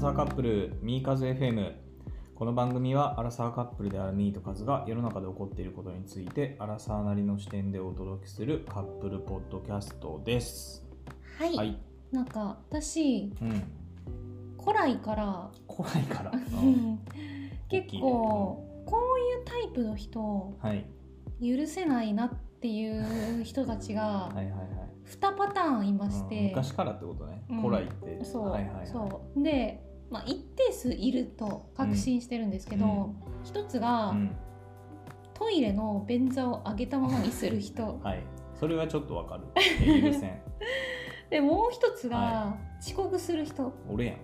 サーカップルミーカズ FM この番組はアラサーカップルであるミーとカズが世の中で起こっていることについてアラサーなりの視点でお届けするカップルポッドキャストですはい、はいなんか私うん古来から、怖いから、 結構こういうタイプの人をうんはい許せないなっていう人たちが はいはいはい2パターンいましうんて、昔からってことね、うん古来ってそう,、はいはいはい、そうで、まあ、一定数いると確信してるんですけうんうど、一つが、うんトイレの便座を上げたままにする 人はいそれはちょっとわかる許せんでもう一つが、は遅刻する人俺 やん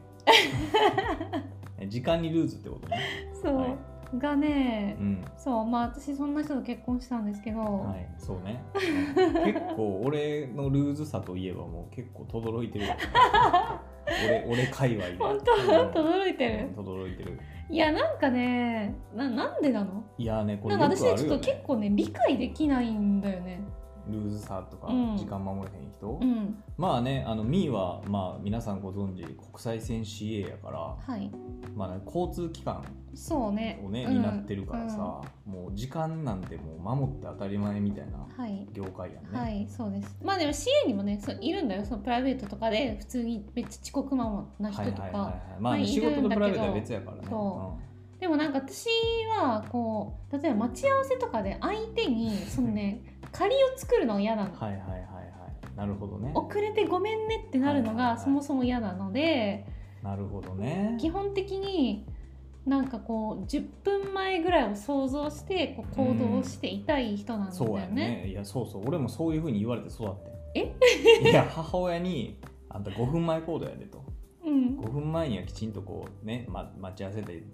え時間にルーズってことねそう、はいがねう、んそうまあ私そんな人と結婚したんですけど、はい、そう ね。結構俺のルーズさといえばもう結構とどろいてる よ。俺俺界隈で。本うん当届いてるうんとどろいてる。いやなんかねななんでなのいやーねこれなよんくかある私ねちょっよと結ね。構ね理解できないんだよねルーズさとかうん時間守れへん人。うんまあねあのミーはまあ皆さんご存知国際線 CA やから、はいまあね、交通機関そうねをねうん担ってるからさ、もう時間なんてもう守って当たり前みたいなうんはい業界やんね。はいそうですまあでも CA にもねそういるんだよそのプライベートとかで普通にめっちゃ遅刻ママな人はいとはいか、はいはい。まあ、ね、まあい仕る事とんだけプどライベートは別やからね。そうんでもなんか私はこう例えば待ち合わせとかで相手にその ね借りを作るのが嫌なのはいはいはいはいなるほどね遅れてごめんねってなるのはいはいがはいそもそも嫌なので、なるほどね基本的になんかこう10分前ぐらいを想像してこう行動していたい人なんだそうよやね。ねいやそうそう俺もそういうふうに言われて育ってんえいや母親に「あんた5分前行動やで」とうん、 5分前にはきちんとこうね、ま、待ち合わせで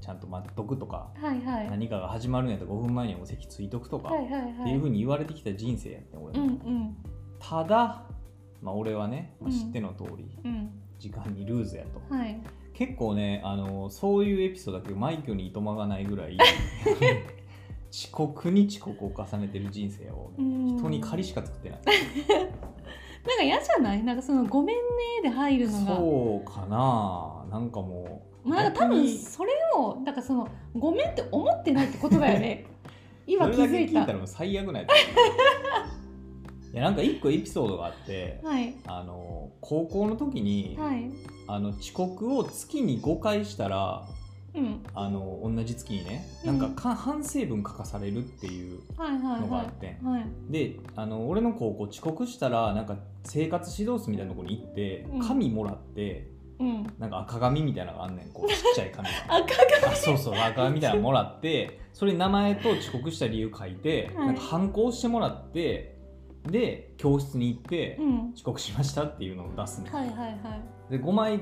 ちゃんと待っとくとかはいはい。はい何かが始まるんやったら5分前にはもう席ついとくとか、はいはい。っていうふうに言われてきた人生やってん俺うんも、うんただ、まあ、俺はね、まあ、うん知っての通り、うん。時間にルーズやとはい。結構ねあのそういうエピソードだけど枚挙にいとまがないぐ らい遅刻に遅刻を重ねてる人生を、うん人に借りしか作ってないなんか嫌じゃない？なんかそのごめんねで入るのが。そうかななんかもう、まあなんか多分逆にそれをなんかそのごめんって思ってないってことだ よね。今気それだけづ聞いいた。たらもう最悪ないいやなんか一個エピソードがあってはいあの高校の時に、はい。あの遅刻を月に5回したらうんあの同じ月にねうなんんかか反省文書かされるっていうはいはいのがあはってんい。はい。であの俺の高校遅刻したらなんか生活指導室みたいなとこに行って、うん紙もらってうん。なんか赤紙みたいなのがあんねん こうちっちゃい紙赤あそうそう赤紙みたいなのもらってそれに名前と遅刻した理由書いて、はいなんか反抗してもらってで教室に行って、が。うん。遅刻しましたっていうのを出すねん、はいはいはい。で5枚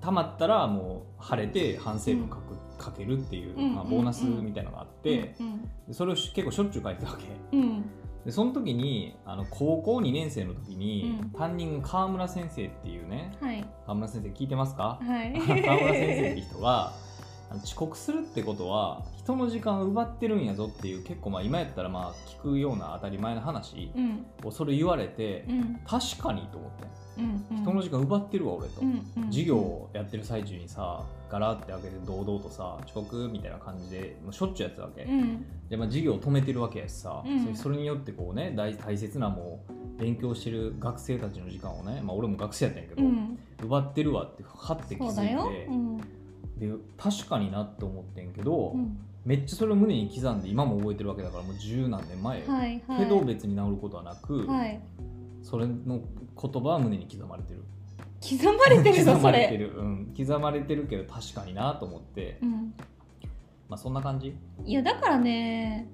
溜まったらもう晴れて反省文書く、書けるっていう、うんまあ、うんボーナスみたいなのがあって、うんでそれをし結構しょっちゅう書いてたわけ。うんでその時にあの高校2年生の時に、うん担任川村先生っていうねはい川村先生聞いてますかはい。 川村先生って人があの遅刻するってことは人の時間を奪ってるんやぞっていう結構まあ今やったらまあ聞くような当たり前の話うんをそれ言われて、うん確かにと思ってうんうん。人の時間奪ってるわ俺と、うんうん授業をやってる最中にさガラって開けて堂々とさ遅刻みたいな感じでもうしょっちゅうやってたわけ、うんでまあ、授業を止めてるわけやしさ、うんそれそれによってこうね大大切なもう勉強してる学生たちの時間をね、まあ、俺も学生やったんやけうど、ん奪ってるわってはって気そうづだよ。いてうんで確かになって思ってんけど、うんめっちゃそれを胸に刻んで今も覚えてるわけだからもう十何年前よ、はいはい。けど別に治ることはなく、はいそれの言葉は胸に刻まれてる刻まれてるぞ刻まそれてれ。る、うん、刻まれてるけど確かになと思って、うんまあ、そんな感じいやだからね。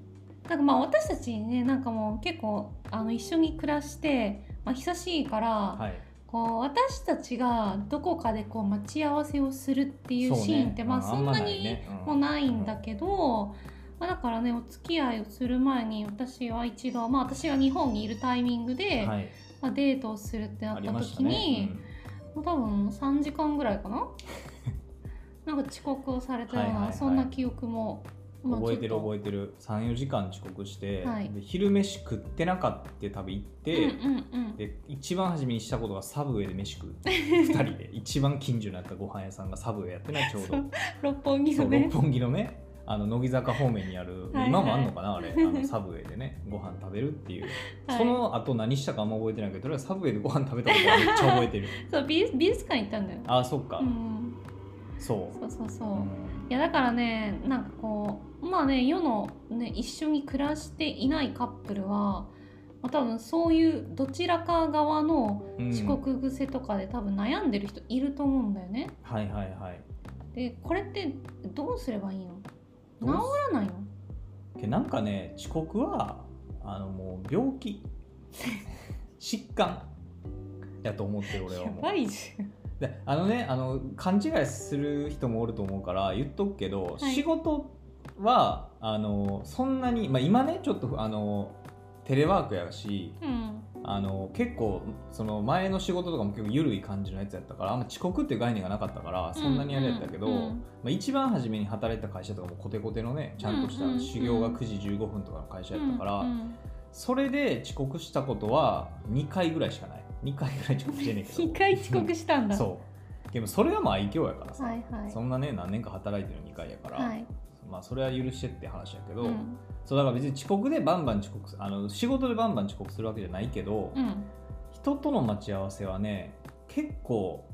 なんかまあ私たちにねなんかもう結構あの一緒に暮らして、まあ、久しいから、はいこう私たちがどこかでこう待ち合わせをするっていうシーンって、そうねまあうんそんなあんまないにねうんもうないんだけど、まあ、だからねお付き合いをする前に私は一度、まあ、私が日本にいるタイミングで、はいまあ、デートをするってなあっりたました時ねに、、もう多分3時間ぐらいかななんか遅刻をされたような、はいはいはいそんな記憶ももう覚えてちるょっと覚えてる34時間遅刻して、はいで昼飯食ってなかった旅行って、うんうんで一番初めにしたことがサブウェイで飯 食う二人で一番近所にあったご飯屋さんがサブウェイやってないちょうそどううん、 六本木そのうね六本木のねあの乃木坂方面にあるはいはい今もあんのかなあれあのサブウェイでねご飯食べるっていう、はいその後何したかあんま覚えてないけどとりあえずサブウェイでご飯食べたことはめっちゃ覚えてるそう美術美術館行ったんだよ、あそっか、うん、そうそうそうそう、うんいやだからねなんかこうまあね世の、ね、一緒に暮らしていないカップルは、まあ、多分そういうどちらか側のうん遅刻癖とかで多分悩んでる人いると思うんだよね。はいはいはいでこれってどうすればいいの治どうらないのけなんかね遅刻はあのもう病 気疾患やと思ってる俺はやもうばいじゃん。であのねあの勘違いする人もおると思うから言っとくけど、はい仕事はあのそんなに、まあ、今ねちょっとあのテレワークやしうん、あの結構その前の仕事とかも結構緩い感じのやつやったからあんま遅刻っていう概念がなかったからそんなにあれやったけど、うんうんうんまあ、一番初めに働いてた会社とかもコテコテのねちゃんとしたうんうんうん修行が9時15分とかの会社やったから、うんうんそれで遅刻したことは2回ぐらいしかない2回ぐらい遅刻してんねんけど一回遅刻したんだ。そうでもそれはまあ愛嬌やからさ、はいはい。そんなね何年か働いてる2回やから、はい。まあそれは許してって話やけど、うん。そうだから別に遅刻でバンバン遅刻すあの仕事でバンバン遅刻するわけじゃないけど、うん。人との待ち合わせはね結構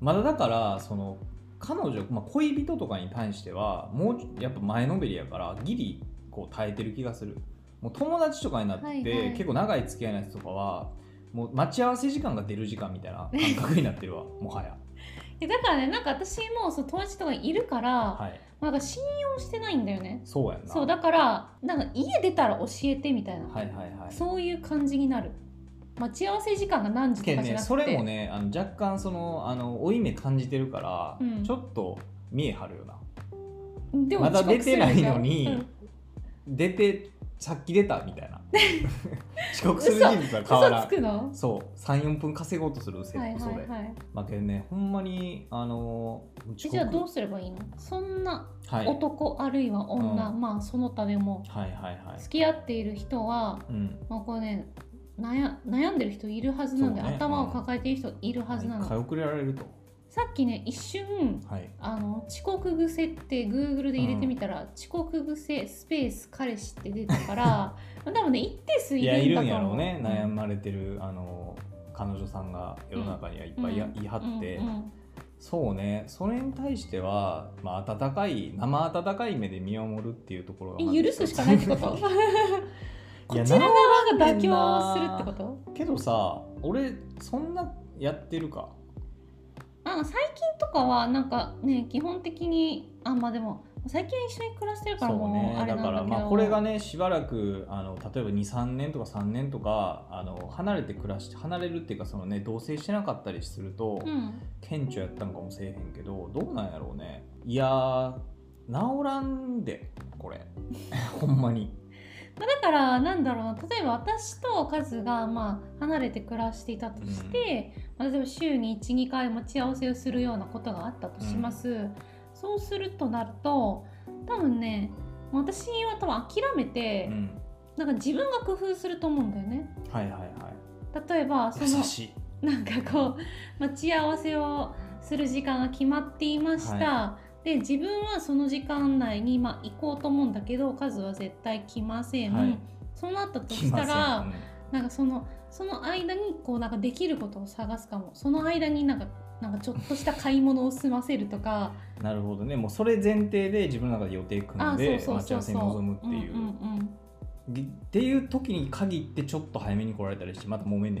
まだだからその彼女、まあ、恋人とかに対してはもうちょやっぱ前のめりやからギリこう耐えてる気がするもう友達とかになって、はいはい結構長い付き合いのやつとかはもう待ち合わせ時間が出る時間みたいな感 覚になってるわもはやえだからねなんか私もそう友達とかいるから、はいなんか信用してないんだよね。そうやんなそうだからなんか家出たら教えてみたいな、はいはいはいそういう感じになる待ち合わせ時間が何時とけかどじゃねなくてそれもねあの若干そのあの負い目感じてるから、うんちょっと見え張るよなでもまだ遅刻する出てないでしょのにうん出てさっき出たみたい な遅刻する人物は変わら嘘つくんのそう34分稼ごうとする嘘,、はい嘘はいではいまあけどねほんまにあのえ遅じゃあどう刻すればいいのそんなはいはい男、あるいは女、うまあその他でもはいはい付き合っている人はうんもうこれね悩悩んでる人いるはずなんで、そうね頭を抱えている人いるはずなの、買い遅れられるとさっきね一瞬はいあの遅刻癖って Google で入れてみたら、遅刻癖スペース彼氏って出たから 多分ね一定数いいやいるるんんだやとろ思ううね悩むまれてるあの彼女さんが世の中にはいっぱいや言い張って、そうねそれに対しては、まあ、温かい生温かい目で見守るっていうところがまず許すしかないってこと こちら側が妥協するってことけどさ俺そんなやってるかあ最近とかはなんかね基本的にあまあでも最近は一緒に暮らしてるからそうもねうあれなだんかだけどらまあこれがねしばらくあの例えば23年とか3年とかあの離れて暮らして離れるっていうかそのね同棲してなかったりすると、うん顕著やったんかもせえへんけどどうなんやろうねいやー治らんでこれ ほんまにまあだからなんだろうな例えば私とカズがまあ離れて暮らしていたとして、まあ例えば週に12回待ち合わせをするようなことがあったとします、そうするとなると多分ね私は多分諦めて、うんなんか自分が工夫すると思うんだよねはいはいはい例えばそ優のしいなんかこう 待ち合わせをする時間が決まっていました、で自分はその時間内に、まあ、行こうと思うんだけど数は絶対来ません、はいそうなったと来したませんら、うんなんかそのその間にこうなんかできることを探すかもその間になんかなんかちょっとした買い物を済ませるとかなるほどねもうそれ前提で自分の中で予定組んで待ち合わせに臨むっていう,、んうんうんぎっていう時に限ってちょっと早めに来られたりしてまた揉めんね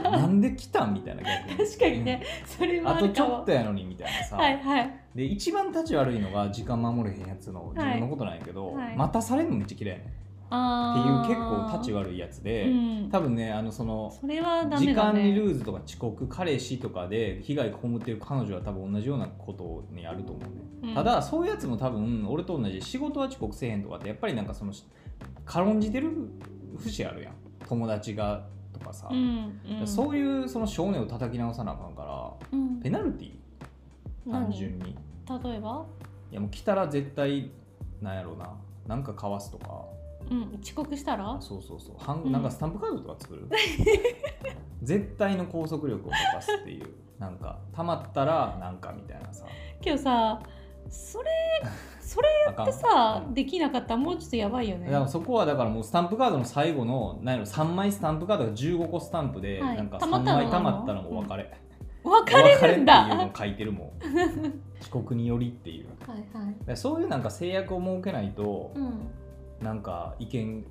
んなんで来たんみたいな逆に確かにね、それうんはああとるちかょっもとやのにみたいなさ、はいはいで一番立ち悪いのが時間守れへんやつの自分のことなんやけど、はいはい待たされるのめっちゃ嫌いやねんっていうあー結構立ち悪いやつで、うん、多分ねあのそのそれはダメ時間だねにルーズとか遅刻彼氏とかで被害被ってる彼女は多分同じようなことにあると思うね、うんただそういうやつも多分俺と同じ仕事は遅刻せえへんとかってやっぱりなんかその軽んじてる節あるやん友達がとかさ、うんうん、そういうその少年を叩き直さなあかんからうんペナルティ単純に何例えばいやもう来たら絶対なんやろうななんかかわすとかうん、遅刻したらそうそうそう半、うんなんかスタンプカードとか 作る絶対の拘束力を溶かすっていうなんかたまったらなんかみたいなさけどさそれそれあかんってさうんできなかったらもうちょっとやばいよねだからそこはだからもうスタンプカードの最後の何やろ3枚スタンプカードが15個スタンプで、はいなんか溜3まったの枚たまったらもうお別れ、別お別れれっるていんうだのを書いてるもん 遅刻によりっていうだかはいはいらそういうなんか制約を設けないとう、んなんか意見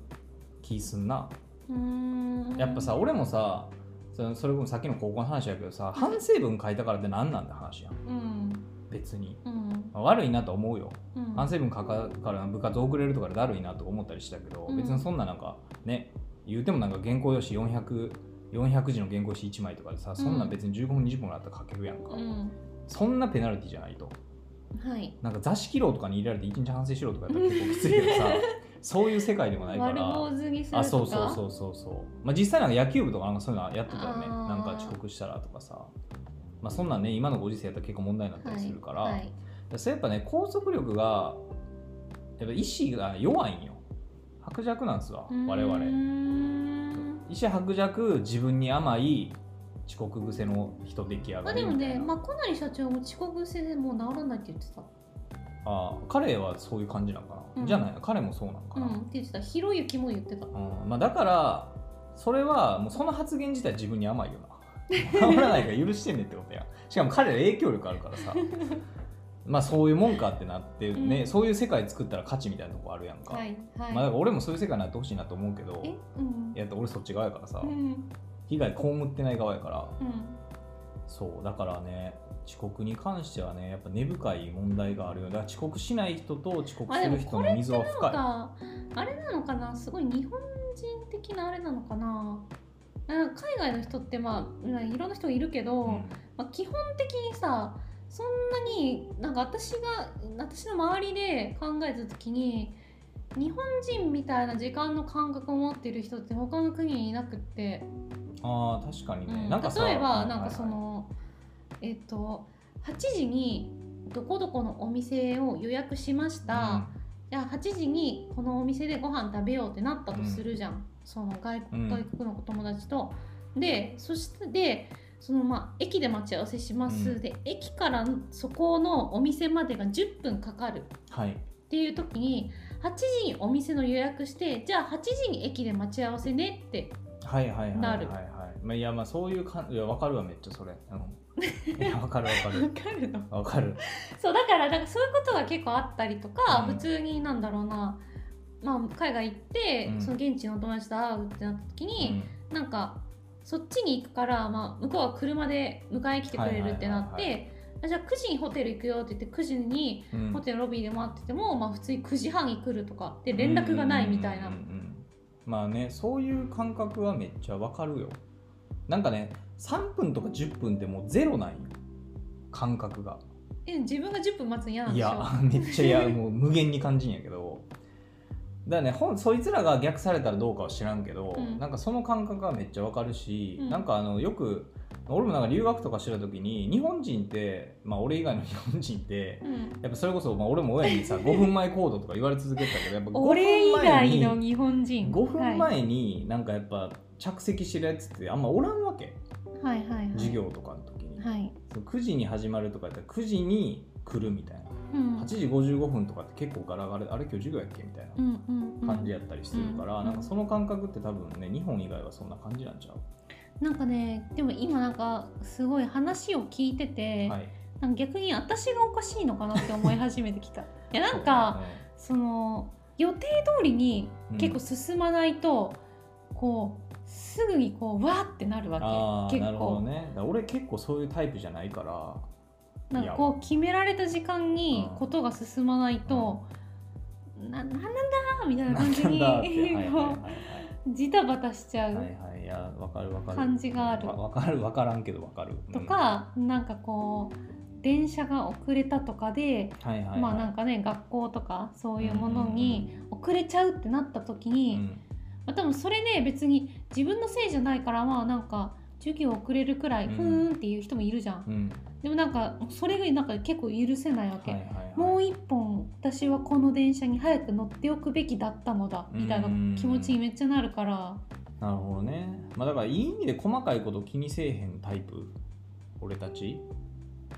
気すんなうーんやっぱさ俺もさそのそれこそさっきの高校の話やけどさ反省文書いたからって何なんだ話やんうん別にうん悪いなと思うようん反省文書かから部活遅れるとかでだるいなとか思ったりしたけど、うん別にそんななんかね言うてもなんか原稿用紙400 400字の原稿紙1枚とかでさそんな別に15分20分ぐらいあったら書けるやんか、うんそんなペナルティじゃないとはいなんか座敷牢とかに入れられて一日反省しろとかやったら結構きついけど さそういう世界でもないから丸坊主にするとかあそうそうそうそうそう、まあ、実際なんか野球部とかなんかそういうのやってたよねあーなんか遅刻したらとかさまあそんなんね今のご時世やったら結構問題になったりするから、はいはいそうやっぱね拘束力がやっぱ意志が弱いんよ薄弱なんですわ我うー々ん意志薄弱自分に甘い遅刻癖の人出来上まがあでりもみたいね、な、まあ、小成社長も遅刻せでもう治らないって言ってた。あー彼はそういう感じなのかな、うんじゃない彼もそうなのかうな、ん、って言ってた。ひろゆきも言ってた。うんまあ、だからそれはもうその発言自体自分に甘いよな 守らないから許してんねんってことやしかも彼ら影響力あるから さまあそういうもんかってなってね、うんそういう世界作ったら勝ちみたいなとこあるやんか、はいはまい。あ、だから俺もそういう世界になってほしいなと思うけどえ、うん。いやだって俺そっち側やからさ、うん被害被ってない側やからうん。そうだからね遅刻に関してはねやっぱ根深い問題があるよだから遅刻しない人と遅刻する人の溝は深ないんかあれなのかなすごい日本人的なあれなのかななんか海外の人ってまあうんいろんな人いるけど、うんまあ、基本的にさそんなになんか私が私の周りで考えた時に日本人みたいな時間の感覚を持ってる人って他の国にいなくって、あー確かにうね、んなんかさ例えはばいなんかそはいはいの、えっと8時にどこどこのお店を予約しました、じゃあ8時にこのお店でご飯食べようってなったとするじゃん、その外うん外国のお友達と。でそしてでそのまあ駅で待ち合わせします、うんで駅からそこのお店までが10分かかるうんはいっていう時に8時にお店の予約してじゃあ8時に駅で待ち合わせねって はいはいはいはいなるはい、まあ、いやまあそういうかんいやわかるわめっちゃそれ、 うん、いやわかるわかわるかるのわかるそうだからだからそういうことが結構あったりとか、うん普通になんだろうな、まあ、海外行って、うんその現地のお友達と会うってなった時 に、なんかそっちに行くから、まあ、向こうは車で迎えに来てくれるってなっはいはてあじゃあ9時にホテル行くよって言って9時にうんうんホテルロビーで待ってても、まあ、普通に9時半に来るとかで連絡がないみたいなうんうんうんうんまあねそういう感覚はめっちゃわかるよなんかね3分とか10分ってもうゼロないよ感覚がえ自分が10分待つの嫌なんいでしょや めっちゃいやもう無限に感じんやけどだからねほんそいつらが逆されたらどうかは知らんけど、うんなんかその感覚がめっちゃわかるし、うんなんかあのよく俺もなんか留学とかしてた時に日本人ってまあ俺以外の日本人ってうんやっぱそれこそ、まあ、俺も親にさ5分前行動とか言われ続けてたけどやっぱ俺以5分前外にの日本人5分前になんかやっぱ着席してるやつってあんまおらんわけはいはいはいはい授業とかの時に、はい、その9時に始まるとかやったら9時に来るみたいなうん、 8時55分とかって結構ガラガラであれ今日授業やっけみたいうんなうんうん感じやったりするから、うんなんかその感覚って多分ね日本以外はそんな感じなんちゃう、なんかねでも今なんかすごい話を聞いてて、はい、なんか逆に私がおかしいのかなって思い始めてきたいやなんか、その予定通りにうん結構進まないと、こうすぐにこうわーってなるあわあけな結るほど構ねだから俺結構そういうタイプじゃないからなんかこう決められた時間にうんことが進まないと、ななんなんだーみたいな感じ なんにだってはいはいはいこうジタバタしちゃはう、いはいはいいやわかるわかる感じがあるわわかるわからんけどわかると、かなんかこう電車が遅れたとかで、うんはいはいはい、まあなんかかね学校とかそういうものに遅れちゃうってなった時に、まあ、多分それね別に自分のせいじゃないからまあなんか授業遅れるくらい、ううんーんっていう人もいるじゃんうんでもなんかそれがなんか結構許せないわはけ、いはいはい、もう一本私はこの電車に早く乗っておくべきだったのだみたいな気持ちにめっちゃなるからなるほどね、まあ、だからいい意味で細かいこと気にせえへんタイプ俺たち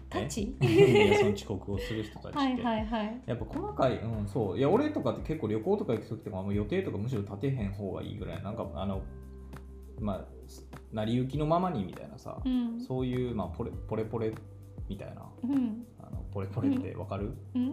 タチ いやその遅刻をする人たちってはいはいはいやっぱ細かい、うん、そういや俺とかって結構旅行とか行く時とかもう予定とかむしろ立てへん方がいいぐらいなんかあのまあ成り行きのままにみたいなさ、うんそういう、まあ、ポレポレポレみたいなうんあのポレポレってわかる、うん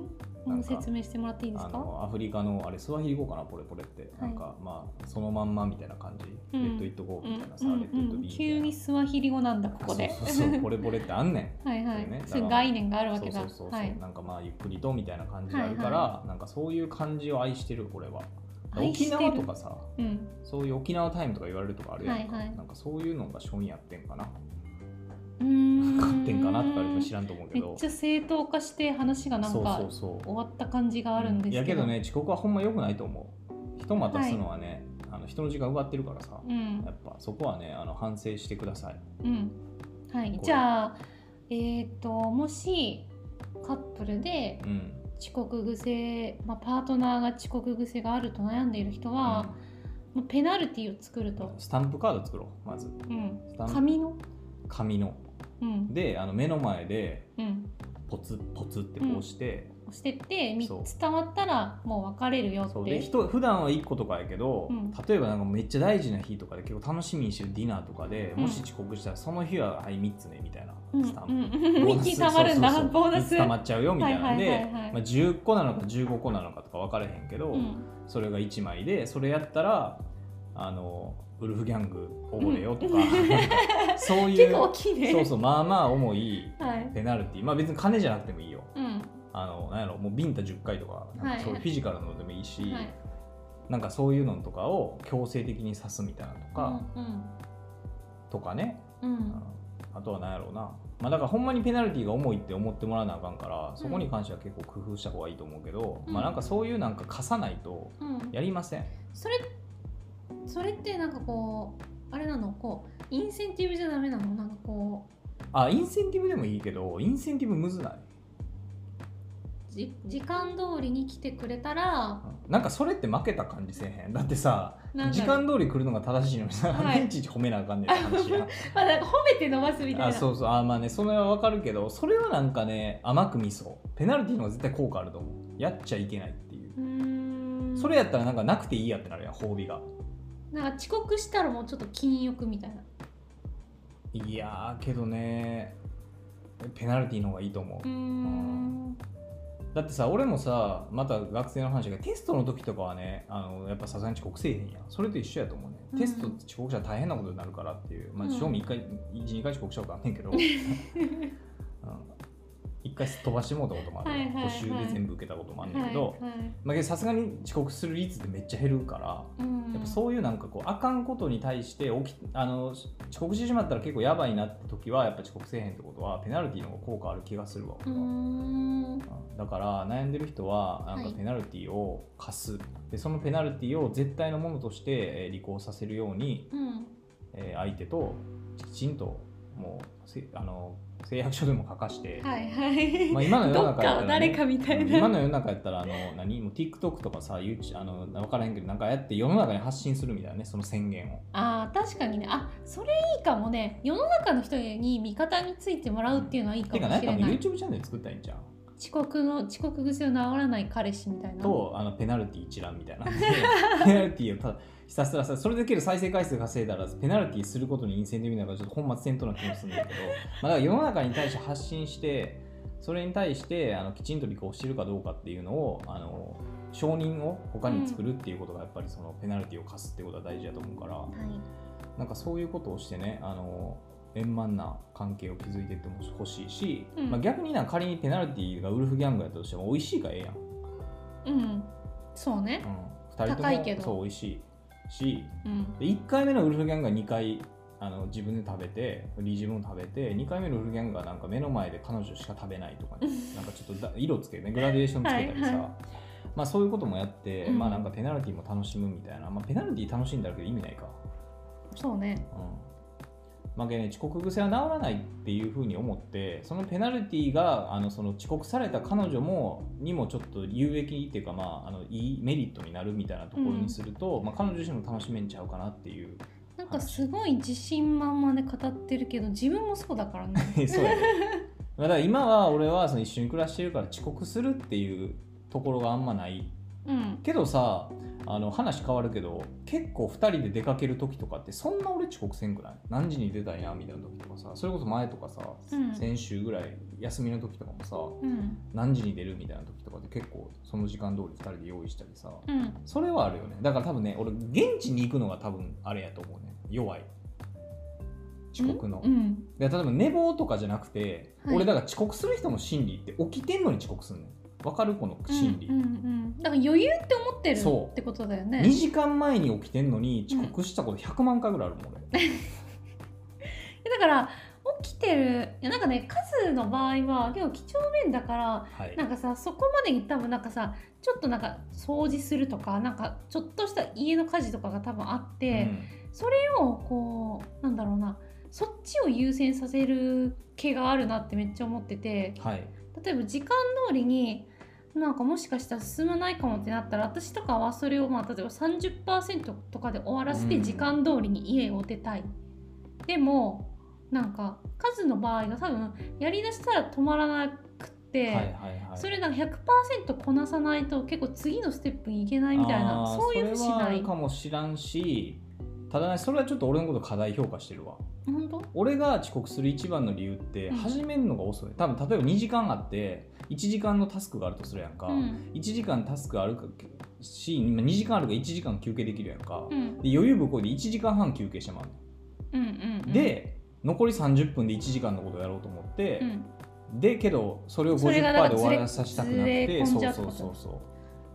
なうんんか説明してもらっていいですあかのアフリカのあれスワヒリ語かなポレポレって、はいなんかまあそのまんまみたいな感じ、うんレッド・イット・ゴうーみんたいなさ、うんレッド・イッうト・んビーみたいな急にスワヒリ語なんだここでそうそうそうポレポレってあんねん はいはそうねいだかそらういう概念があるわそけうそだうそうそう、はいなんかまあゆっくりとみたいな感じがあるから、はなんかそういう感じを愛してる俺は愛沖してる縄とかさうんそういう沖縄タイムとか言われるとかあるやんか、はいはいなんかそういうのが性にやってんかなうーん勝ってんかなとかあれば知らんと思うけめどっちゃ正当化して話がなんそうかそうそう終わった感じがあるんですいやけけどどね遅刻はほんま良くないと思う人待たすのはね、あの人の時間奪ってるからさ、うんやっぱそこはねあの反省してくださいうんはいじゃあえっ、ともしカップルでうん遅刻癖、まあ、パートナーが遅刻癖があると悩んでいる人は、まあペナルティを作るとうん、スタンプカード作ろうまずうん、スタンプ紙の紙のうんであの目の前でうんポツポツってこうして、押してってそう3つたまったらもう別れるよそっうてでいう人普段は1個とかやけど、うん例えばなんかめっちゃ大事な日とかで結構楽しみにしてるディナーとかで、うんもし遅刻したらその日ははい3つねみたいなうんスタン プ。うんボー一ナス気にたまるんそうだそうそうボーナいスつ溜まっちゃうよみたいなんで、はいはいはいはいまあ、10個なのか15個なのかとか分からへんけど、うんそれが1枚でそれやったらあのウルフギャング溺れよとか、うんなんか そうい結う構大きいねそうそうまあまあ重いはいペナルティまあ別に金じゃなくてもいいようんあのなんやろもうビンタ10回とかなんかそういうフィジカルのでもいいし、はいなんかそういうのとかを強制的に刺すみたいなのとか、とかね、うんうんううんんあとは何やろうな、まあ、だからほんまにペナルティが重いって思ってもらわなあかんからそこに関しては結構工夫した方がいいと思うけど、うんまあなんかそういうなんか貸さないとうんやりません、それそれってなんかこうあれなのこうインセンティブじゃダメなのなんかこあインセンティブでもいいけどインセンティブむずないうじ時間通りに来てくれたらうんなんかそれって負けた感じせえへんだってさなんだろう時間通り来るのが正しいのにさ、はいなんでいちいち褒めなあかんねんって話 やんまあなんか褒めて伸ばすみたいなあそうそうあまあねそれはわかるけどそれはなんかね甘く見そうペナルティの方が絶対効果あると思うやっちゃいけないっていううーんそれやったらなんかなくていいやってなるやん褒美がなんか遅刻したらもうちょっと禁欲みたいないやーけどねペナルティの方がいいと思うーんうだってさ俺もさまた学生の話がテストの時とかはねあのやっぱさすがに遅刻せえへんやんそれと一緒やと思うね、うんテスト遅刻したら大変なことになるからっていうまあうん正味1回12回遅刻したことあんねんけ ど、うん、1回飛ばしてもうたこともあるやんはいはいはい補習で全部受けたこともあんねんけど、はいはいまあけどさすがに遅刻する率ってめっちゃ減るから、うんやっぱそういうなんかこうあかんことに対して起きあのし遅刻してしまったら結構やばいなって時はやっぱ遅刻せえへんってことはペナルティの方が効果ある気がするわ、うーんだから悩んでる人はなんかはいペナルティを貸す、でそのペナルティを絶対のものとしてえー履行させるように、うんえー相手ときちんともうせあの誓約書でも書かして、はいは い、まあ、今の世のど中っかやっはたらね誰かみたいな今の世の中やったらあの何もう TikTok とかさ YouTube あの分からへんけどなんかやって世の中に発信するみたいなねその宣言をあー確かにねあそれいいかもね世の中の人に味方についてもらうっていうのはいいかてかもなんしかれもうない、 YouTube チャンネル作ったらいいんじゃん、遅刻の遅刻癖を治らない彼氏みたいなとあのペナルティ一覧みたいなペナルティをたひたすらさそれだけで再生回数稼いだらペナルティすることにインセンティブなんかちょっと本末転倒な気もするんだけどまあだから世の中に対して発信してそれに対してあのきちんと履行してるかどうかっていうのをあの承認を他に作るっていうことがやっぱりそのペナルティを課すってことは大事だと思うから、はいなんかそういうことをしてねあの円満な関係を築いていってほしいし、うんまあ、逆にな仮にペナルティがウルフギャングやったとしても美味しいからええやん、うんそうねうん、2人とも高いけどそう美味しいしうんで1回目のウルフギャングは2回あの自分で食べてリジ分食べて2回目のウルフギャングはなんか目の前で彼女しか食べないとか ね、なんかちょっとだ色つけてねグラデーションつけたりさ、はいはいまあ、そういうこともやって、うんまあ、なんかペナルティも楽しむみたいな、まあ、ペナルティ楽しんだけど意味ないか。そうねうんまあね、遅刻癖は治らないっていうふうに思ってそのペナルティーがあのその遅刻された彼女もにもちょっと有益っていうか、まあ、あのいいメリットになるみたいなところにすると、まあ、彼女自身も楽しめんちゃうかなっていう なんかすごい自信満々で語ってるけど自分もそうだか らねそうやねまあだから今は俺はその一緒に暮らしてるから遅刻するっていうところがあんまないうんけどさあの話変わるけど結構2人で出かける時とかってそんな俺遅刻せんくない何時に出たいなみたいな時とかさそれこそ前とかさ、うん先週ぐらい休みの時とかもさうん何時に出るみたいな時とかで結構その時間通り2人で用意したりさうんそれはあるよねだから多分ね俺現地に行くのが多分あれやと思うね弱い遅刻の、うんで例えば寝坊とかじゃなくて、はい俺だから遅刻する人の心理って起きてんのに遅刻すんねんわかるこの心理、うんうんうんだから余裕って思ってるそうってことだよ2ね時間前に起きてんのに遅刻したこと100万回ぐらいあるもん 俺、だから起きてるいやなんかね数の場合は結構几帳面だからはいなんかさそこまでに多分なんかさちょっとなんか掃除するとかなんかちょっとした家の家事とかが多分あって、をこうなんだろうなそっちを優先させる気があるなってめっちゃ思っててうんはい例えば時間通りになんかもしかしたら進まないかもってなったら私とかはそれをまあ例えば30%とかで終わらせうてん時間通りに家を出たい、でもなんか数の場合が多分やりだしたら止まらなくっはて、いはいはいそれなんか100%こなさないと結構次のステップに行けないみたいなあーそういう節それはなあいるかもしらんしただねそれはちょっと俺のこと過大評価してるわ本当俺が遅刻する一番の理由ってうん始めるのが遅い、多分例えば2時間あって1時間のタスクがあるとするやんか、うん1時間タスクあるかし2時間あるから1時間休憩できるやんか、うんうんで余裕ぶっこいで1時間半休憩してまうの、うんうんで残り30分で1時間のことやろうと思って、うんでけどそれをそれ50%がなんでか終ずれわらさせたくなくずてれ込そんうじゃうってそこうとそうそう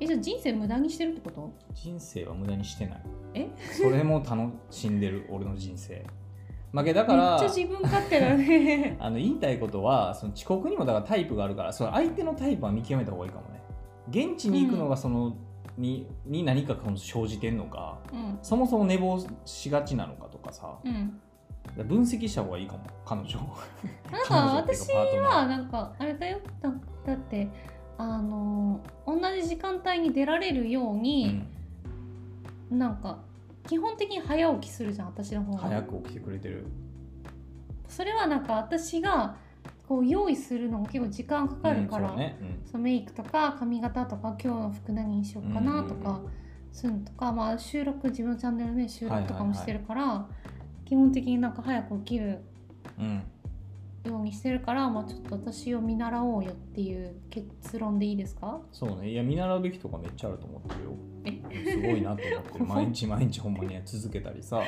えじゃあ人生無駄にしてるってこと人生は無駄にしてないえそれも楽しんでる俺の人生まあけどだめかっらちゃ自分勝手 だねあの言いたいことはその遅刻にもだからタイプがあるからその相手のタイプは見極めた方がいいかもね現地に行くのがその、にに何かこの生じてんのかうんそもそも寝坊しがちなのかとかさうん分析した方がいいかも彼女なんか彼女っていう私かパートナーはなんかあれだよだだってあの同じ時間帯に出られるよううに、んなんか基本的に早起きするじゃん私の方早がく起きてくれてるそれはなんか私がこう用意するのも結構時間かかるから、うんそうねうんそうメイクとか髪型とか今日の服何にしようかなとうんか、うそういうのとか、まあ、収録自分のチャンネルね収録とはいかはいはもいしてるから、基本的になんか早く起きるうんようにしてるから、まあ、ちょっと私を見習おうよっていう結論でいいですかそうねいや見習うべきとかめっちゃあると思ってるよえすごいなと思 ってる毎日毎日ほんまに続けたりさ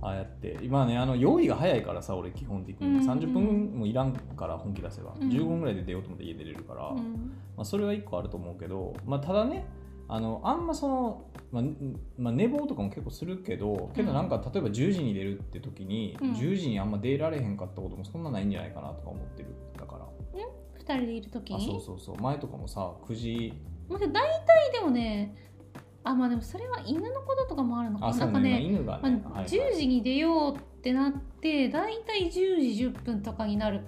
ああやって今ねあの用意が早いからさ俺基本的に、うんうん30分もいらんから本気出せば、うん15分ぐらいで出ようと思って家出れるから、うまんあ、それは1個あると思うけど、まあ、ただねあのあんまその、まあんまあ、寝坊とかも結構するけどけどなんか例えば10時に出るって時に、うん10時にあんま出られへんかったこともそんなないんじゃないかなとか思ってるだから二人でいる時あそうにそうそう前とかもさ9時まあ、大体でもねあまあでもそれは犬のこととかもあるのかあなそなうんかねまあね、犬がまあね、はいはい10時に出ようってなって大体10時10分とかになる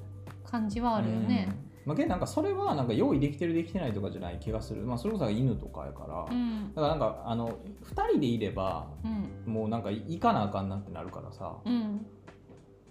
感じはあるよね。うん。まあ、けどなんかそれはなんか用意できてるできてないとかじゃない気がする、まあ、それこそ犬とかやから、だうんからなんかあの2人でいればうんもうなんか行かなあかんなってなるからさうん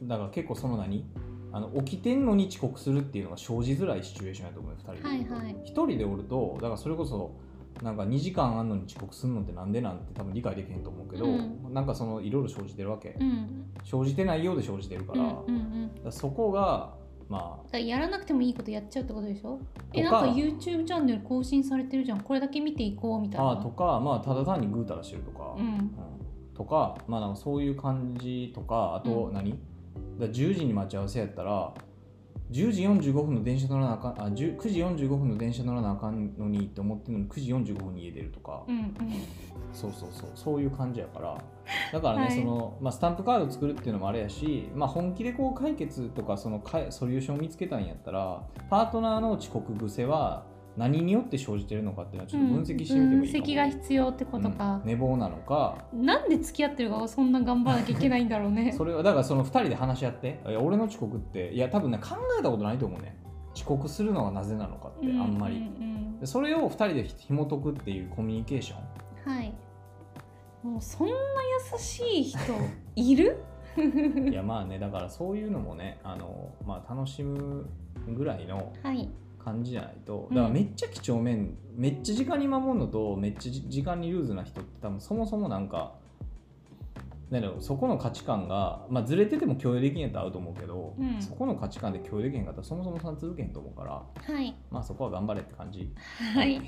だから結構その何あの起きてんのに遅刻するっていうのが生じづらいシチュエーションやと思う2人で、はいはい1人でおるとだからそれこそなんか2時間あんのに遅刻するのってなんでなんて多分理解できへんと思うけど、うなんかそのいろいろ生じてるわけ、うん生じてないようで生じてるから,、うんうんうんだからそこがまだからやらなくてもいいことやっちゃうってことでしょえとなかんか YouTube チャンネル更新されてるじゃんこれだけ見ていこうみたいなああとか、まあ、ただ単にぐうたらしてるとか、うんうんとか,、まあ、なんかそういう感じとかあとうん何、だから10時に待ち合わせやったら10時45分の電車乗らなあかんあ10 9時45分の電車乗らなあかんのにって思ってるのに9時45分に家出るとか、うんうんそうそうそうそういう感じやからだからね、はいそのまあ、スタンプカード作るっていうのもあれやし、まあ、本気でこう解決とかそのかソリューションを見つけたんやったらパートナーの遅刻癖は何によって生じてるのかっていうのはちょっと分析してみてもいいか分も析が必要ってことうかん、寝坊なのかなんで付き合ってるかそんな頑張らなきゃいけないんだろうねそれはだからその2人で話し合っていや俺の遅刻っていや多分ね考えたことないと思うね遅刻するのはなぜなのかってあんまり、ううんでそれを2人で紐解くっていうコミュニケーション うんはいもうそんな優しい人いるいやまあねだからそういうのもねあの、まあ、楽しむぐらいのはい感じじゃないとうんだからめっちゃ几帳面、めっちゃ時間に守るのとめっちゃ時間にルーズな人って多分そもそもなんかなんだろうそこの価値観が、まあ、ずれてても共有できんやったら合うと思うけど、うんそこの価値観で共有できへんかったらそもそも差続けへんと思うから、はいまあ、そこは頑張れって感じ。はい、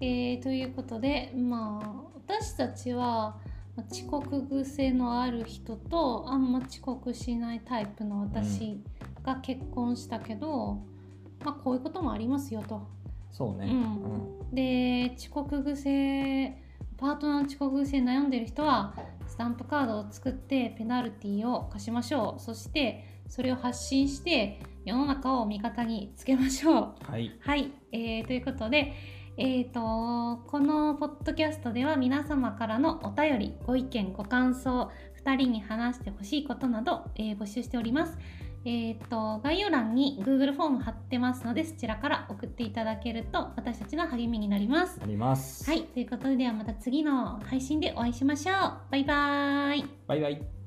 えーということでまあ私たちはまあ遅刻癖のある人とあんま遅刻しないタイプの私が結婚したけど、まあこういうこともありますよと。そうね、うんうんで遅刻癖パートナーの遅刻癖に悩んでる人はスタンプカードを作ってペナルティーを課しましょうそしてそれを発信して世の中を味方につけましょう。はい、はい、えーということで、えー、とこのポッドキャストでは皆様からのお便りご意見ご感想2人に話してほしいことなど、えー募集しております。えー、と概要欄に Google フォーム貼ってますのでそちらから送っていただけると私たちの励みになります。あります。はい、ということでではまた次の配信でお会いしましょう。バイバーイバイバイ。